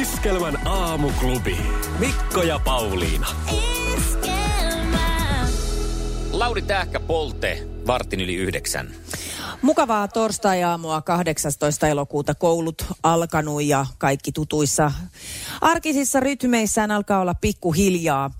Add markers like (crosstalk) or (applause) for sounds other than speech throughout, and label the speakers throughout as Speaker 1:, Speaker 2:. Speaker 1: Iskelmän aamuklubi. Mikko ja Pauliina.
Speaker 2: Lauri Tähkä Polte, vartin yli yhdeksän.
Speaker 3: Mukavaa torstai-aamua 18. elokuuta. Koulut alkanut ja kaikki tutuissa arkisissa rytmeissään alkaa olla pikkuhiljaa.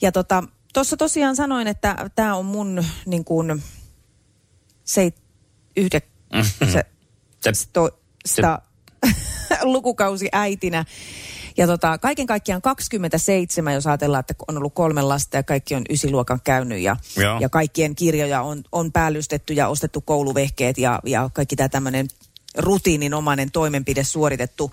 Speaker 3: Ja tota, tuossa tosiaan sanoin, että tämä on mun niin kuin seit, yhde, se,
Speaker 2: Mm-hmm. Se-
Speaker 3: sto, sta, (laughs) lukukausi äitinä. Ja tota, kaiken kaikkiaan 27, jos ajatellaan, että on ollut kolme lasta ja kaikki on ysiluokan käynyt ja,
Speaker 2: Joo.
Speaker 3: ja kaikkien kirjoja on, on päällystetty ja ostettu kouluvehkeet ja, ja kaikki tämä tämmöinen rutiininomainen toimenpide suoritettu.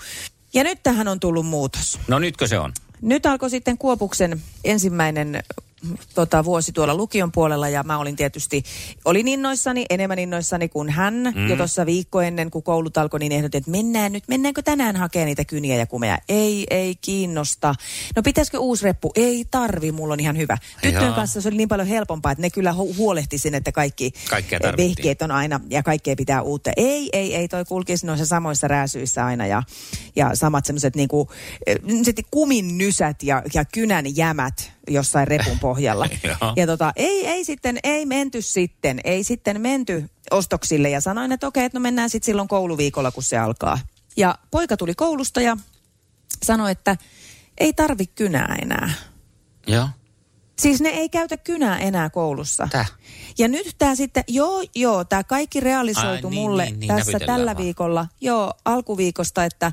Speaker 3: Ja nyt tähän on tullut muutos.
Speaker 2: No nytkö se on?
Speaker 3: Nyt alkoi sitten Kuopuksen ensimmäinen mm, tota, vuosi tuolla lukion puolella ja mä olin tietysti, olin innoissani, enemmän innoissani kuin hän. Mm. Jo tuossa viikko ennen, kun koulut alkoi, niin ehdotin, että mennään nyt, mennäänkö tänään hakemaan niitä kyniä ja kumeja. Ei, ei kiinnosta. No pitäisikö uusi reppu? Ei tarvi, mulla on ihan hyvä. Tyttöjen
Speaker 2: Jaa.
Speaker 3: kanssa se oli niin paljon helpompaa, että ne kyllä hu- huolehti sen, että kaikki
Speaker 2: Kaikkea
Speaker 3: eh,
Speaker 2: tarvittiin.
Speaker 3: vehkeet on aina ja kaikkea pitää uutta. Ei, ei, ei, toi kulkisi noissa samoissa rääsyissä aina ja, ja samat semmoiset niinku, eh, semmoset kumin nysät ja, ja kynän jämät jossain repun pohjalla.
Speaker 2: Joo.
Speaker 3: ja tota, ei, ei sitten, ei menty sitten, ei sitten menty ostoksille ja sanoin, että okei, että no mennään sitten silloin kouluviikolla, kun se alkaa. Ja poika tuli koulusta ja sanoi, että ei tarvi kynää enää.
Speaker 2: Joo.
Speaker 3: Siis ne ei käytä kynää enää koulussa.
Speaker 2: Täh?
Speaker 3: Ja nyt tämä sitten, joo, joo, tämä kaikki realisoitu
Speaker 2: Ai, niin,
Speaker 3: mulle
Speaker 2: niin, niin,
Speaker 3: tässä
Speaker 2: näpytellään
Speaker 3: tällä
Speaker 2: vaan.
Speaker 3: viikolla, joo, alkuviikosta, että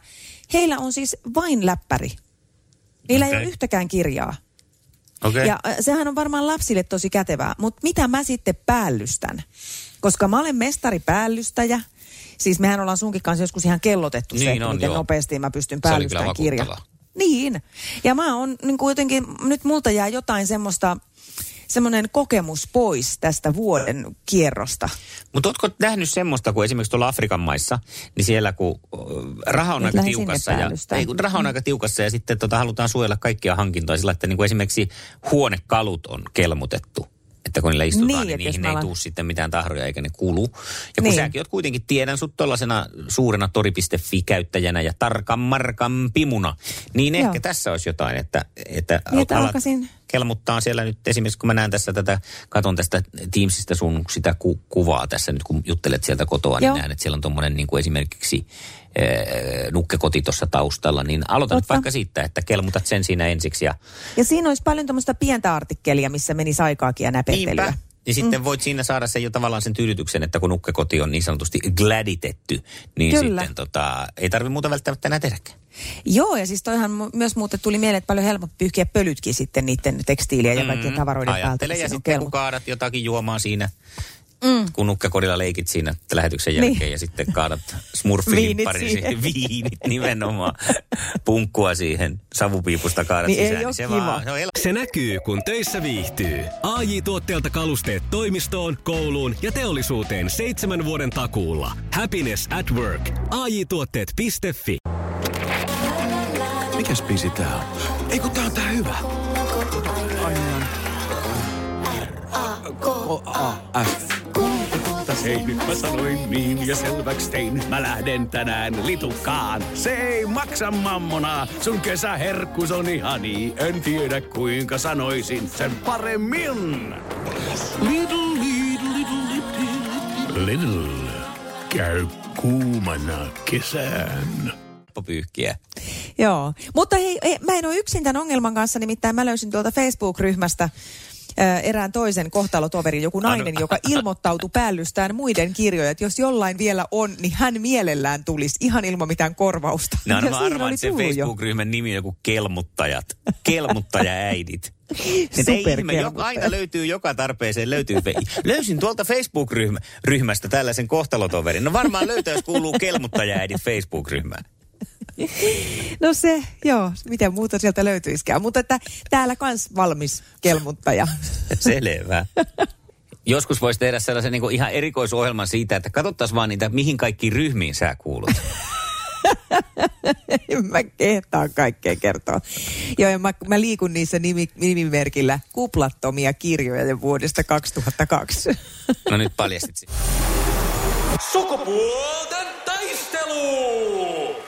Speaker 3: heillä on siis vain läppäri. Niillä ei
Speaker 2: Okei.
Speaker 3: ole yhtäkään kirjaa.
Speaker 2: Okei.
Speaker 3: Ja äh, sehän on varmaan lapsille tosi kätevää, mutta mitä mä sitten päällystän? Koska mä olen mestari päällystäjä. Siis mehän ollaan sunkin kanssa joskus ihan kellotettu
Speaker 2: Niin
Speaker 3: se, että
Speaker 2: on,
Speaker 3: miten
Speaker 2: joo.
Speaker 3: nopeasti mä
Speaker 2: Se
Speaker 3: pystyn
Speaker 2: oli
Speaker 3: päällystämään
Speaker 2: kyllä
Speaker 3: kirjaa.
Speaker 2: vakuuttavaa.
Speaker 3: Niin. Ja mä oon niin kuitenkin, nyt multa jää jotain semmoista, semmoinen kokemus pois tästä vuoden kierrosta.
Speaker 2: Mutta ootko nähnyt semmoista, kun esimerkiksi tuolla Afrikan maissa, niin siellä kun ö, raha on
Speaker 3: Nyt
Speaker 2: aika
Speaker 3: lähden sinne
Speaker 2: tiukassa ja,
Speaker 3: päällystään. Mm.
Speaker 2: ei, kun raha on aika tiukassa ja sitten tota, halutaan suojella kaikkia hankintoja sillä, että niin kuin esimerkiksi huonekalut on kelmutettu. Että kun niillä
Speaker 3: Niin,
Speaker 2: istutaan,
Speaker 3: että
Speaker 2: niin,
Speaker 3: jos
Speaker 2: niihin
Speaker 3: mä
Speaker 2: ei
Speaker 3: alan-
Speaker 2: tule sitten mitään tahroja eikä ne kulu. Ja kun
Speaker 3: Niin.
Speaker 2: niin. säkin oot kuitenkin, tiedän sut tollasena suurena tori.fi-käyttäjänä ja tarkan markan pimuna, niin
Speaker 3: Joo.
Speaker 2: ehkä tässä olisi jotain, että, että
Speaker 3: Niin, että alkaisin-
Speaker 2: kelmuttaa siellä nyt esimerkiksi, kun mä näen tässä tätä, katon tästä Teamsista sun sitä ku, kuvaa tässä nyt, kun juttelet sieltä kotoa,
Speaker 3: Joo.
Speaker 2: niin näen, että siellä on tuommoinen niin kuin esimerkiksi ee, nukkekoti tuossa taustalla, niin aloita nyt
Speaker 3: Totta.
Speaker 2: vaikka siitä, että kelmutat sen siinä ensiksi ja
Speaker 3: Ja siinä olisi paljon tämmöistä pientä artikkelia, missä menisi aikaakin ja näpentelyä.
Speaker 2: Niinpä. Ja
Speaker 3: Mm.
Speaker 2: sitten voit siinä saada sen jo tavallaan sen tyydytyksen, että kun nukkekoti on niin sanotusti gladitetty, niin
Speaker 3: Kyllä.
Speaker 2: sitten tota, ei tarvitse muuta välttämättä enää tehdäkään.
Speaker 3: Joo, ja siis toihan mu- myös muuten tuli mieleen, että paljon helpompi pyyhkiä pölytkin sitten niiden tekstiiliä ja kaikkien tavaroiden päältä.
Speaker 2: Ajattele Mm-hmm. Mm,
Speaker 3: kun
Speaker 2: ja
Speaker 3: siinä on
Speaker 2: sitten kun
Speaker 3: kelmut.
Speaker 2: kaadat jotakin juomaa siinä, mm. kun nukkakodilla leikit siinä lähetyksen jälkeen ja sitten kaadat smurfilimpparin
Speaker 3: Niin.
Speaker 2: siihen.
Speaker 3: Viinit
Speaker 2: (laughs)
Speaker 3: siihen.
Speaker 2: Viinit nimenomaan. Punkkua siihen savupiipusta kaadat
Speaker 3: Niin ei
Speaker 2: sisään.
Speaker 3: oo
Speaker 2: se
Speaker 3: kiva.
Speaker 2: vaan, se on el-
Speaker 1: Se näkyy, kun töissä viihtyy. ai tuotteelta kalusteet toimistoon, kouluun ja teollisuuteen seitsemän vuoden takuulla. Happiness at work. AJ-tuotteet.fi.
Speaker 4: Mikäs biisi tää on? Ei kun tää on tää hyvä. K-A-F. Ei nyt mä sanoin niin ja selväks tein. Mä lähden tänään litukaan. Se ei maksa mammonaa. Sun kesäherkkus on ihani. En tiedä kuinka sanoisin sen paremmin. Little, little, little, little. Little. Käy kuumana kesään.
Speaker 3: (laughs)
Speaker 2: pyyhkiä.
Speaker 3: Joo, mutta hei, hei, mä en ole yksin tämän ongelman kanssa, nimittäin mä löysin tuolta Facebook-ryhmästä ö, erään toisen kohtalotoverin, joku
Speaker 2: no.
Speaker 3: nainen, joka ilmoittautui päällystään muiden kirjoja. Että jos jollain vielä on, niin hän mielellään tulisi ihan ilman mitään korvausta.
Speaker 2: No, no mä
Speaker 3: Ja siinä
Speaker 2: arvaan,
Speaker 3: oli
Speaker 2: että se
Speaker 3: tullut jo. (laughs)
Speaker 2: Facebook-ryhmän nimi on joku kelmuttajat.
Speaker 3: (laughs)
Speaker 2: Kelmuttajaäidit. Et Niin, ei ihme, jo-
Speaker 3: Superkelmuttaja.
Speaker 2: aina löytyy joka tarpeeseen. Löytyy fe- Löysin tuolta Facebook-ryhmästä tällaisen kohtalotoverin. No varmaan löytää, jos kuuluu kelmuttajaäidit Facebook-ryhmään.
Speaker 3: No se, joo, miten muuta sieltä löytyisikään. Mutta että täällä kans valmis
Speaker 2: (laughs)
Speaker 3: kelmuttaja.
Speaker 2: Selvä. Joskus voisi tehdä sellaisen niin kuin ihan erikoisohjelman siitä, että katsottaisiin vaan niitä, mihin kaikki ryhmiin sä kuulut.
Speaker 3: en Niin mä kehtaa kaikkea kertoa. Joo, ja mä, mä liikun niissä nimi, nimimerkillä kuplattomia kirjoja vuodesta 2002.
Speaker 2: No nyt paljastit sen.
Speaker 5: Sukupuolten taistelu!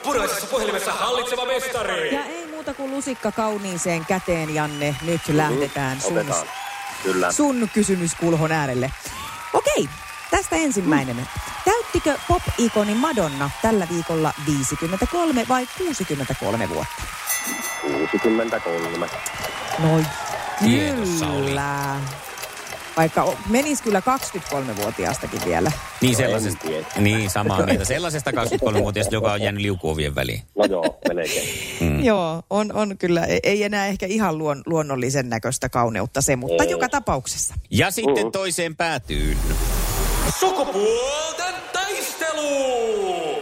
Speaker 5: Punaisessa puhelimessa hallitseva mestari.
Speaker 3: ja ei muuta kuin lusikka kauniiseen käteen, Janne. Nyt lähdetään sun,
Speaker 6: Mm-hmm. Otetaan. Kyllä.
Speaker 3: sun kysymyskulhon äärelle. Okei, tästä ensimmäinen. Täyttikö pop-ikoni Madonna tällä viikolla 53 vai 63 vuotta?
Speaker 6: 63.
Speaker 3: No
Speaker 2: Tiedossa oli.
Speaker 3: kyllä. Vaikka o- menisi kyllä 23-vuotiaastakin vielä.
Speaker 2: Niin sellaisesta.
Speaker 6: tiedä.
Speaker 2: Niin, samaa mieltä. Sellaisesta 23-vuotiaasta, joka on jäänyt liukuovien väliin.
Speaker 6: No joo, melkein.
Speaker 3: Mm. Joo, on, on kyllä. Ei, ei enää ehkä ihan luon, luonnollisen näköistä kauneutta se, mutta
Speaker 6: Ei.
Speaker 3: joka tapauksessa.
Speaker 2: Ja sitten
Speaker 6: Mm.
Speaker 2: toiseen päätyyn.
Speaker 5: Sukupuolten taistelu!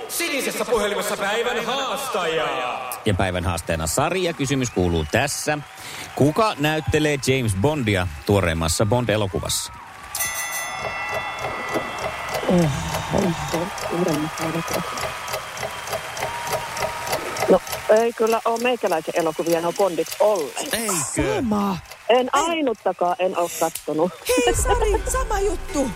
Speaker 5: Sinisessä puhelimessa päivän haastaja.
Speaker 2: Ja päivän haasteena Sari ja kysymys kuuluu tässä. Kuka näyttelee James Bondia tuoreimmassa Bond-elokuvassa?
Speaker 7: No ei kyllä ole meikäläisen elokuvia no bondit olleet.
Speaker 2: Eikö?
Speaker 3: Sama.
Speaker 7: En ainuttakaan en ole kattonut.
Speaker 3: Hei Sari, sama juttu.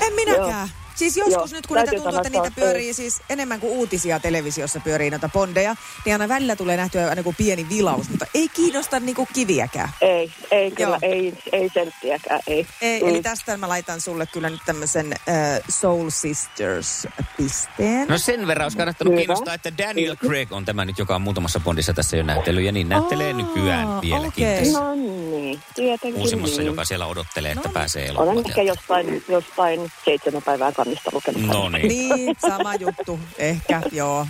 Speaker 3: En minäkään. Siis joskus
Speaker 7: Joo,
Speaker 3: nyt, kun niitä
Speaker 7: täytyy
Speaker 3: tuntuu, että
Speaker 7: sanoa,
Speaker 3: niitä
Speaker 7: että on-
Speaker 3: pyörii siis enemmän kuin uutisia televisiossa pyörii noita bondeja, niin aina välillä tulee nähtyä aina kuin pieni vilaus, mutta ei kiinnosta niinku kiviäkään.
Speaker 7: Ei, ei kyllä,
Speaker 3: Joo.
Speaker 7: ei, ei senttiäkään, ei. Mm.
Speaker 3: Ei, eli tästä mä laitan sulle kyllä nyt tämmöisen äh, Soul Sisters-pisteen.
Speaker 2: No sen verran olisi kannattanut
Speaker 7: Hyvä.
Speaker 2: kiinnostaa, että Daniel Craig on tämä nyt, joka on muutamassa Bondissa tässä jo näyttely, ja niin näyttelee
Speaker 3: Aa,
Speaker 2: nykyään vieläkin
Speaker 3: okei.
Speaker 2: tässä
Speaker 7: No niin, tietenkin
Speaker 2: uusimmassa,
Speaker 7: niin.
Speaker 2: joka siellä odottelee, että
Speaker 3: No
Speaker 2: pääsee
Speaker 7: Olen ehkä
Speaker 2: elokuvateatteriin.
Speaker 7: jostain, jostain seitsemän päivää kannista lukenut.
Speaker 2: No niin.
Speaker 3: Niin, sama juttu. Ehkä, joo.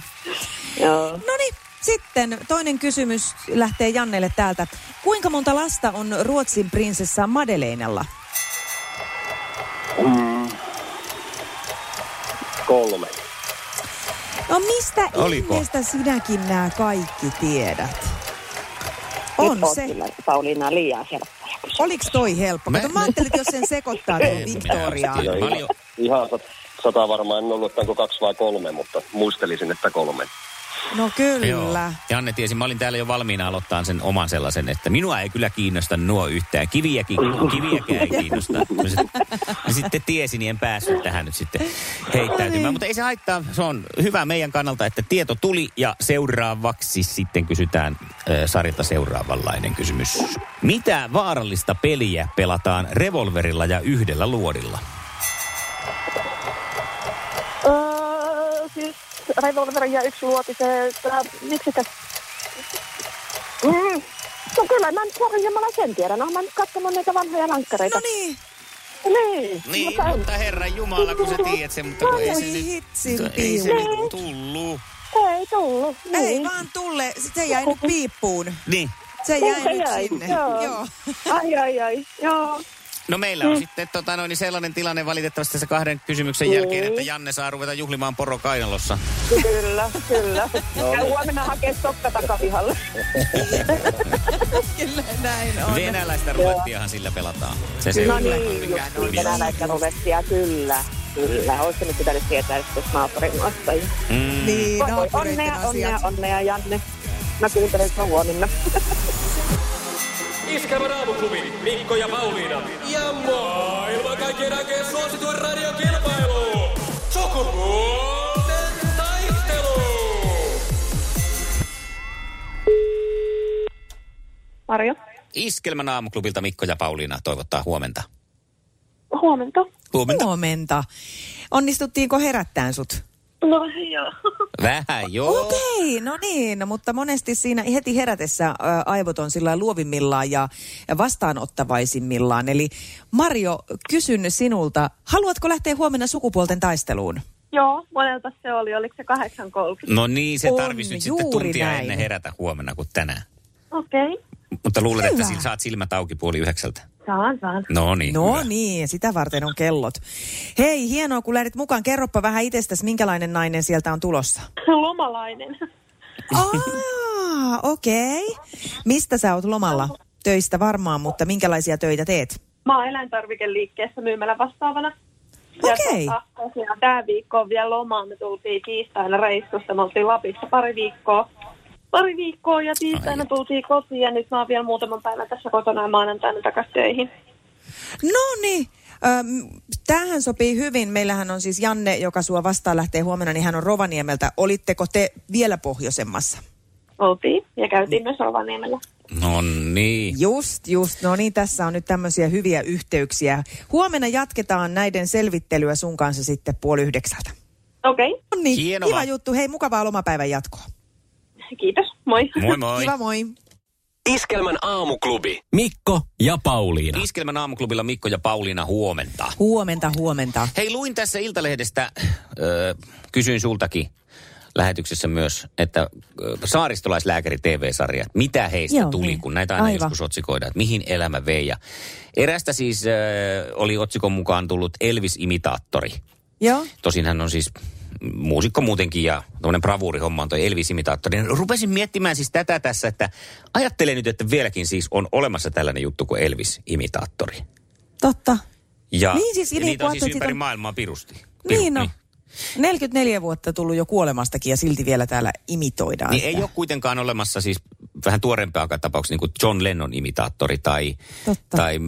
Speaker 7: Joo.
Speaker 3: No niin, sitten toinen kysymys lähtee Jannelle täältä. Kuinka monta lasta on Ruotsin prinsessa Madeleinalla?
Speaker 6: Kolme.
Speaker 3: No mistä
Speaker 2: Oliko?
Speaker 3: ihmeestä sinäkin nämä kaikki tiedät?
Speaker 7: On
Speaker 3: On
Speaker 7: Nyt
Speaker 3: se.
Speaker 7: se. Kyllä, Pauliina liian helppoja.
Speaker 3: Oliko toi helppo?
Speaker 2: Mä-
Speaker 3: Mä, mä ajattelin, että jos sen sekoittaa
Speaker 2: (laughs)
Speaker 3: niin tuon
Speaker 2: En minä
Speaker 3: Victoriaan.
Speaker 2: tiedä.
Speaker 6: Joo,
Speaker 2: Paljon-
Speaker 6: ihan, ihan sat- sata varmaan en ollut, että onko kaksi vai kolme, mutta muistelisin, että kolme.
Speaker 3: No
Speaker 2: Joo.
Speaker 3: kyllä.
Speaker 2: Janne tiesi, mä olin täällä jo valmiina aloittaa sen oman sellaisen, että minua ei kyllä kiinnosta nuo yhtään. Kiviäkin, kiviäkään ei kiinnosta. Mä sit- mä sitten tiesin, niin en päässyt tähän nyt sitten
Speaker 3: No niin.
Speaker 2: heittäytymään. Mutta ei se haittaa, se on hyvä meidän kannalta, että tieto tuli. Ja seuraavaksi sitten kysytään äh, Sarilta seuraavanlainen kysymys. Mitä vaarallista peliä pelataan revolverilla ja yhdellä luodilla?
Speaker 7: Öö, siis revolveri ja yksi luoti se, tää, miksi se... Mm. No kyllä, mä nyt varmaan jumala sen tiedän. Oon mä nyt katsonut niitä vanhoja lankkareita.
Speaker 3: No niin,
Speaker 7: Niin,
Speaker 3: No,
Speaker 2: Niin,
Speaker 7: mutta en-
Speaker 2: mutta herra Jumala, kun sä tiedät sen, mutta kun ei se
Speaker 3: voi
Speaker 2: nyt,
Speaker 3: hitsin
Speaker 2: ei se
Speaker 3: piu.
Speaker 2: nyt tullu.
Speaker 7: ei tullut. Niin.
Speaker 3: Ei vaan tulle, se jäi nyt piippuun.
Speaker 2: Niin.
Speaker 3: Se
Speaker 7: Niin
Speaker 3: jäi
Speaker 7: se
Speaker 3: nyt
Speaker 7: jäi,
Speaker 3: sinne.
Speaker 7: joo.
Speaker 3: Joo. (laughs)
Speaker 7: Ai, ai, ai. Joo.
Speaker 2: No meillä on sitten tota, noin, sellainen tilanne valitettavasti tässä kahden kysymyksen jälkeen, että Janne saa ruveta juhlimaan poro kainalossa.
Speaker 7: Kyllä, kyllä. No. Käy huomenna hakee sokka takapihalle.
Speaker 3: Kyllä näin on.
Speaker 2: Venäläistä rulettiahan sillä pelataan. Se se
Speaker 7: No
Speaker 2: on.
Speaker 7: niin, just venäläistä rulettia, kyllä. Kyllä, olisi nyt pitänyt tietää, että jos naapurin maassa.
Speaker 2: Mm.
Speaker 3: Niin,
Speaker 7: Voi, voi,
Speaker 3: naapureiden
Speaker 7: onnea, onnea,
Speaker 3: asiat.
Speaker 7: onnea, Janne. Mä kuuntelen sua huomenna.
Speaker 5: Iskävä raamuklubi, Mikko ja Pauliina. Ja maailman kaikkien aikeen suosituen radiokilpailu. Sukupuolten taistelu.
Speaker 7: Marjo,
Speaker 2: Iskelmän aamuklubilta Mikko ja Pauliina toivottaa huomenta.
Speaker 7: huomenta.
Speaker 2: Huomenta.
Speaker 3: Huomenta. Onnistuttiinko herättään sut?
Speaker 7: No joo.
Speaker 2: Vähän, joo.
Speaker 3: Okei, no niin, mutta monesti siinä heti herätessä ää, aivot on sillä lailla luovimmillaan ja ja vastaanottavaisimmillaan. Eli Mario, kysyn sinulta, haluatko lähteä huomenna sukupuolten taisteluun?
Speaker 7: Joo, monelta se oli. Oliko se 8.30?
Speaker 2: No niin, se
Speaker 3: On
Speaker 2: tarvitsisi nyt sitten
Speaker 3: juuri
Speaker 2: tuntia
Speaker 3: näin.
Speaker 2: ennen herätä huomenna kuin tänään.
Speaker 7: Okei. Okay.
Speaker 2: Mutta luulet, että
Speaker 3: Hyvä.
Speaker 2: sillä saat silmät auki puoli yhdeksältä.
Speaker 7: Saan, saan.
Speaker 2: No niin.
Speaker 3: No
Speaker 2: hyvä.
Speaker 3: niin, sitä varten on kellot. Hei,
Speaker 8: (laughs)
Speaker 3: hienoa kun lähdit mukaan. Kerropa vähän itsestäsi, minkälainen nainen sieltä on tulossa.
Speaker 7: Lomalainen.
Speaker 3: Aa, okei. Mistä sä oot lomalla? Töistä varmaan, mutta minkälaisia töitä teet?
Speaker 8: Mä oon eläintarvikeliikkeessä myymälä vastaavana. Ja
Speaker 3: Okei.
Speaker 8: tota, tosiaan Tää viikko on vielä lomaa. Me tultiin tiistaina reissusta. Me oltiin Lapissa pari viikkoa. Pari viikkoa ja tiistaina
Speaker 2: Ai.
Speaker 8: tultiin kotiin ja nyt mä oon vielä muutaman päivän tässä kotona ja maanantaina takaisin töihin.
Speaker 3: No niin. Öm, Tämähän sopii hyvin. Meillähän on siis Janne, joka sua vastaan lähtee huomenna, niin hän on Rovaniemeltä. Olitteko te vielä pohjoisemmassa?
Speaker 8: Oltiin ja käytiin myös Rovaniemellä.
Speaker 2: No niin.
Speaker 3: Just, just. No niin, tässä on nyt tämmöisiä hyviä yhteyksiä. Huomenna jatketaan näiden selvittelyä sun kanssa sitten puoli yhdeksältä.
Speaker 8: Okei, okay.
Speaker 3: No niin,
Speaker 2: Hienoa.
Speaker 3: kiva juttu. Hei, mukavaa lomapäivän jatkoa.
Speaker 8: kiitos. Moi.
Speaker 2: Moi moi.
Speaker 3: Kiva, moi.
Speaker 5: Iskelmän aamuklubi.
Speaker 1: Mikko ja Pauliina.
Speaker 2: Iskelmän aamuklubilla Mikko ja Pauliina huomenta.
Speaker 3: Huomenta, huomenta.
Speaker 2: Hei, luin tässä Iltalehdestä, ö, kysyin sultakin lähetyksessä myös, että ö, saaristolaislääkäri TV-sarja, että mitä heistä Joo,
Speaker 3: Joo,
Speaker 2: tuli, niin.
Speaker 3: niin.
Speaker 2: kun näitä aina Aivan.
Speaker 3: Aivan.
Speaker 2: joskus otsikoidaan, että mihin elämä vei. Ja erästä siis ö, oli otsikon mukaan tullut Elvis-imitaattori.
Speaker 3: Joo.
Speaker 2: Tosin hän on siis muusikko muutenkin ja tämmöinen bravuurihomma on toi Elvis-imitaattori. Niin Rupesin miettimään siis tätä tässä, että ajattelen nyt, että vieläkin siis on olemassa tällainen juttu kuin Elvis-imitaattori.
Speaker 3: Totta.
Speaker 2: Ja,
Speaker 3: Niin siis,
Speaker 2: ja
Speaker 3: niin,
Speaker 2: niitä
Speaker 3: kun
Speaker 2: on siis
Speaker 3: ajattelet,
Speaker 2: ympäri
Speaker 3: siitä-
Speaker 2: maailmaa pirusti. Piru,
Speaker 3: Niin no. 44 vuotta tullut jo kuolemastakin ja silti vielä täällä imitoidaan.
Speaker 2: Niin
Speaker 3: sitä.
Speaker 2: ei ole kuitenkaan olemassa siis vähän tuoreempaakaan tapauksessa niin kuin John Lennon imitaattori tai,
Speaker 3: Totta.
Speaker 2: tai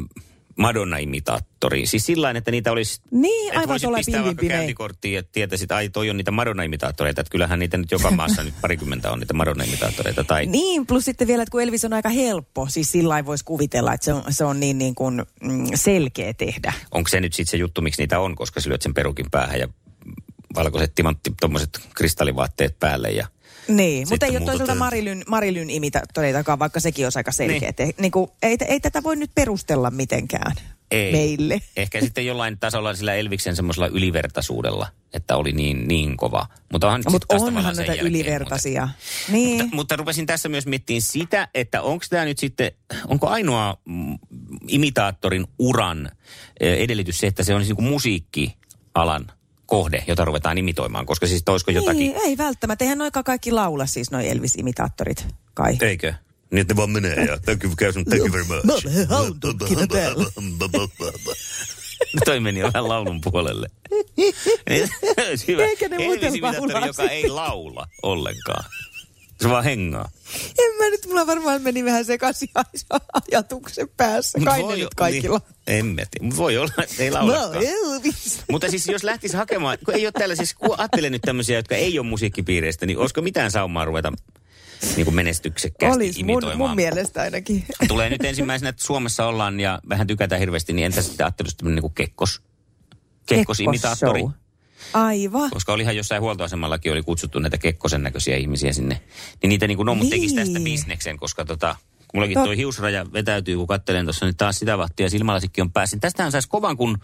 Speaker 2: Madonna imitaattori. Siis sillä että niitä olisi...
Speaker 3: Niin,
Speaker 2: Että
Speaker 3: aivan
Speaker 2: voisit
Speaker 3: sulla
Speaker 2: pistää vaikka käyntikorttiin ja tietäisit, ai toi on niitä Madonna-imitaattoreita. Että kyllähän niitä nyt joka maassa nyt parikymmentä on niitä Madonna-imitaattoreita. Tai
Speaker 3: Niin, plus sitten vielä, että kun Elvis on aika helppo, siis sillä lailla voisi kuvitella, että se on, se on niin, niin kuin, mm, selkeä tehdä.
Speaker 2: onko se nyt sitten se juttu, miksi niitä on, koska sä lyöt sen perukin päähän ja valkoiset timantti, tommoset kristallivaatteet päälle ja...
Speaker 3: Niin,
Speaker 2: Sitten
Speaker 3: mutta ei ole
Speaker 2: muuta
Speaker 3: toisaalta
Speaker 2: tehdään.
Speaker 3: Marilyn, Marilyn imitaattoreitakaan, vaikka sekin olisi aika selkeä. Niin. Niin kuin, ei, ei tätä voi nyt perustella mitenkään
Speaker 2: Ei.
Speaker 3: meille.
Speaker 2: Ehkä sitten jollain tasolla sillä Elviksen semmoisella ylivertaisuudella, että oli niin, niin kova. Mutta onhan, nyt sit
Speaker 3: Mutta
Speaker 2: taas tavallaan
Speaker 3: No, onhan
Speaker 2: sen
Speaker 3: näitä
Speaker 2: jälkeen,
Speaker 3: ylivertaisia. Mutta...
Speaker 2: Mutta,
Speaker 3: Niin.
Speaker 2: mutta, mutta rupesin tässä myös miettimään sitä, että onko tämä nyt sitten, onko ainoa mm, imitaattorin uran eh, edellytys se, että se on niin kuin musiikkialan kohde, jota ruvetaan imitoimaan, koska siis toisko jotakin...
Speaker 3: Niin, ei välttämättä. Eihän noikaan kaikki laula siis noi Elvis-imitaattorit kai.
Speaker 2: Eikö? Niin, että vaan menee ja thank you, guys, thank you very much. (laughs) Toi meni vähän laulun puolelle. Niin, olisi hyvä.
Speaker 3: Eikä ne muuten
Speaker 2: Elvis-imitaattori,
Speaker 3: laulaa
Speaker 2: joka ei laula ollenkaan. Se vaan hengaa.
Speaker 3: En mä nyt, mulla varmaan meni vähän sekaisin (laughs) ajatuksen päässä. Kai ne nyt kaikilla.
Speaker 2: Niin, en mä tiedä. Mut Voi olla, että ei
Speaker 3: Mä oon
Speaker 2: laulakaan.
Speaker 3: Elvis.
Speaker 2: Mutta siis jos lähtisi hakemaan, kun ei ole tällaisia, kun ajattelee nyt tämmöisiä, jotka ei ole musiikkipiireistä, niin olisiko mitään saumaa ruveta niin kuin menestyksekkäästi
Speaker 3: Olis mun,
Speaker 2: imitoimaan?
Speaker 3: mun mielestä ainakin.
Speaker 2: Tulee nyt ensimmäisenä, että Suomessa ollaan ja vähän tykätään hirveästi, niin entä sitten ajattelisi tämmöinen niin kuin kekkos? Kekkosimitaattori.
Speaker 3: Kekkos-show. Aivan.
Speaker 2: Koska olihan jossain huoltoasemallakin oli kutsuttu näitä kekkosen näköisiä ihmisiä sinne. Niin niitä niin kuin, no, mutta tekisi
Speaker 3: Niin.
Speaker 2: tästä bisneksen, koska tota, kun mullakin toi hiusraja vetäytyy, kun kattelen tuossa, niin taas sitä vahtia silmälasikki on päässä. niin Tästähän saisi kovan, kun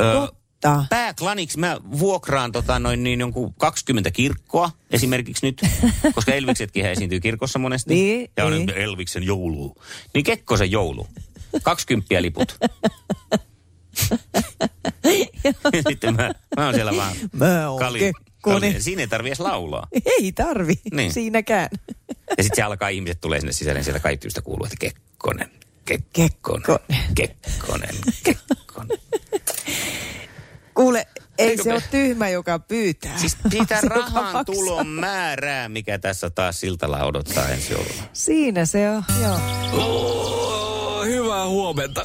Speaker 2: ö,
Speaker 3: Totta.
Speaker 2: pääklaniksi mä vuokraan tota, noin niin jonkun 20 kirkkoa esimerkiksi
Speaker 3: (laughs)
Speaker 2: nyt, koska Elviksetkin esiintyy kirkossa monesti.
Speaker 3: Niin,
Speaker 2: ja on
Speaker 3: niin.
Speaker 2: Elviksen joulu. Niin Kekkosen joulu. 20 liput. Sitten mä, mä oon siellä vaan
Speaker 3: Mä oon
Speaker 2: kalju-
Speaker 3: Kekkonen.
Speaker 2: kalju- Siinä ei tarvi edes laulaa.
Speaker 3: Ei tarvi
Speaker 2: Niin.
Speaker 3: niin. siinäkään.
Speaker 2: Ja sitten se alkaa, ihmiset tulee sinne sisälle, niin sieltä kaikkiusta kuuluu, että Kekkonen, Kekkonen,
Speaker 3: Kekkonen.
Speaker 2: Kekkonen, Kekkonen.
Speaker 3: Kuule, ei
Speaker 2: Eikö
Speaker 3: se
Speaker 2: me-
Speaker 3: ole tyhmä, joka pyytää.
Speaker 2: Siis sitä
Speaker 3: (laughs) Se, joka
Speaker 2: rahan
Speaker 3: maksaa.
Speaker 2: tulon määrää, mikä tässä taas siltalla odottaa ensi jouluna.
Speaker 3: Siinä se on, joo.
Speaker 4: Oh, Hyvää huomenta.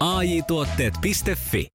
Speaker 1: AJ Tuotteet.fi